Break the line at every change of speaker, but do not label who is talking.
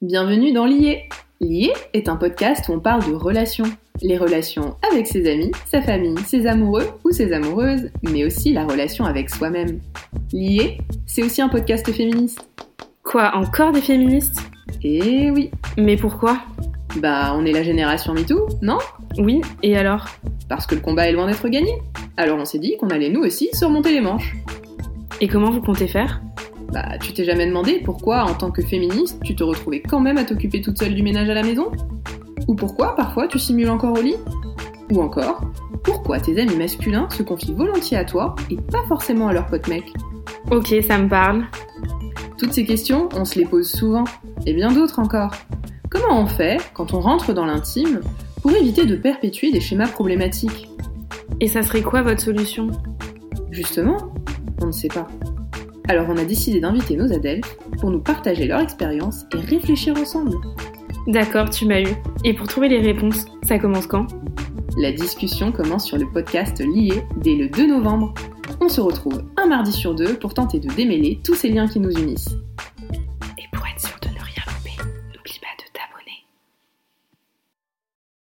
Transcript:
Bienvenue dans Lié. Lié est un podcast où on parle de relations. Les relations avec ses amis, sa famille, ses amoureux ou ses amoureuses, mais aussi la relation avec soi-même. Lié, c'est aussi un podcast féministe.
Quoi, encore des féministes
Eh oui,
Mais pourquoi
bah on est la génération MeToo, non
Oui, et alors
Parce que le combat est loin d'être gagné. Alors on s'est dit qu'on allait nous aussi surmonter les manches.
Et comment vous comptez faire
Bah tu t'es jamais demandé pourquoi en tant que féministe tu te retrouvais quand même à t'occuper toute seule du ménage à la maison Ou pourquoi parfois tu simules encore au lit Ou encore, pourquoi tes amis masculins se confient volontiers à toi et pas forcément à leur pote mec
Ok, ça me parle.
Toutes ces questions, on se les pose souvent, et bien d'autres encore. Comment on fait, quand on rentre dans l'intime, pour éviter de perpétuer des schémas problématiques
Et ça serait quoi votre solution
Justement, on ne sait pas. Alors on a décidé d'inviter nos adelphes pour nous partager leur expérience et réfléchir ensemble.
D'accord, tu m'as eu. Et pour trouver les réponses, ça commence quand
La discussion commence sur le podcast Lié dès le 2 novembre. On se retrouve un mardi sur deux pour tenter de démêler tous ces liens qui nous unissent.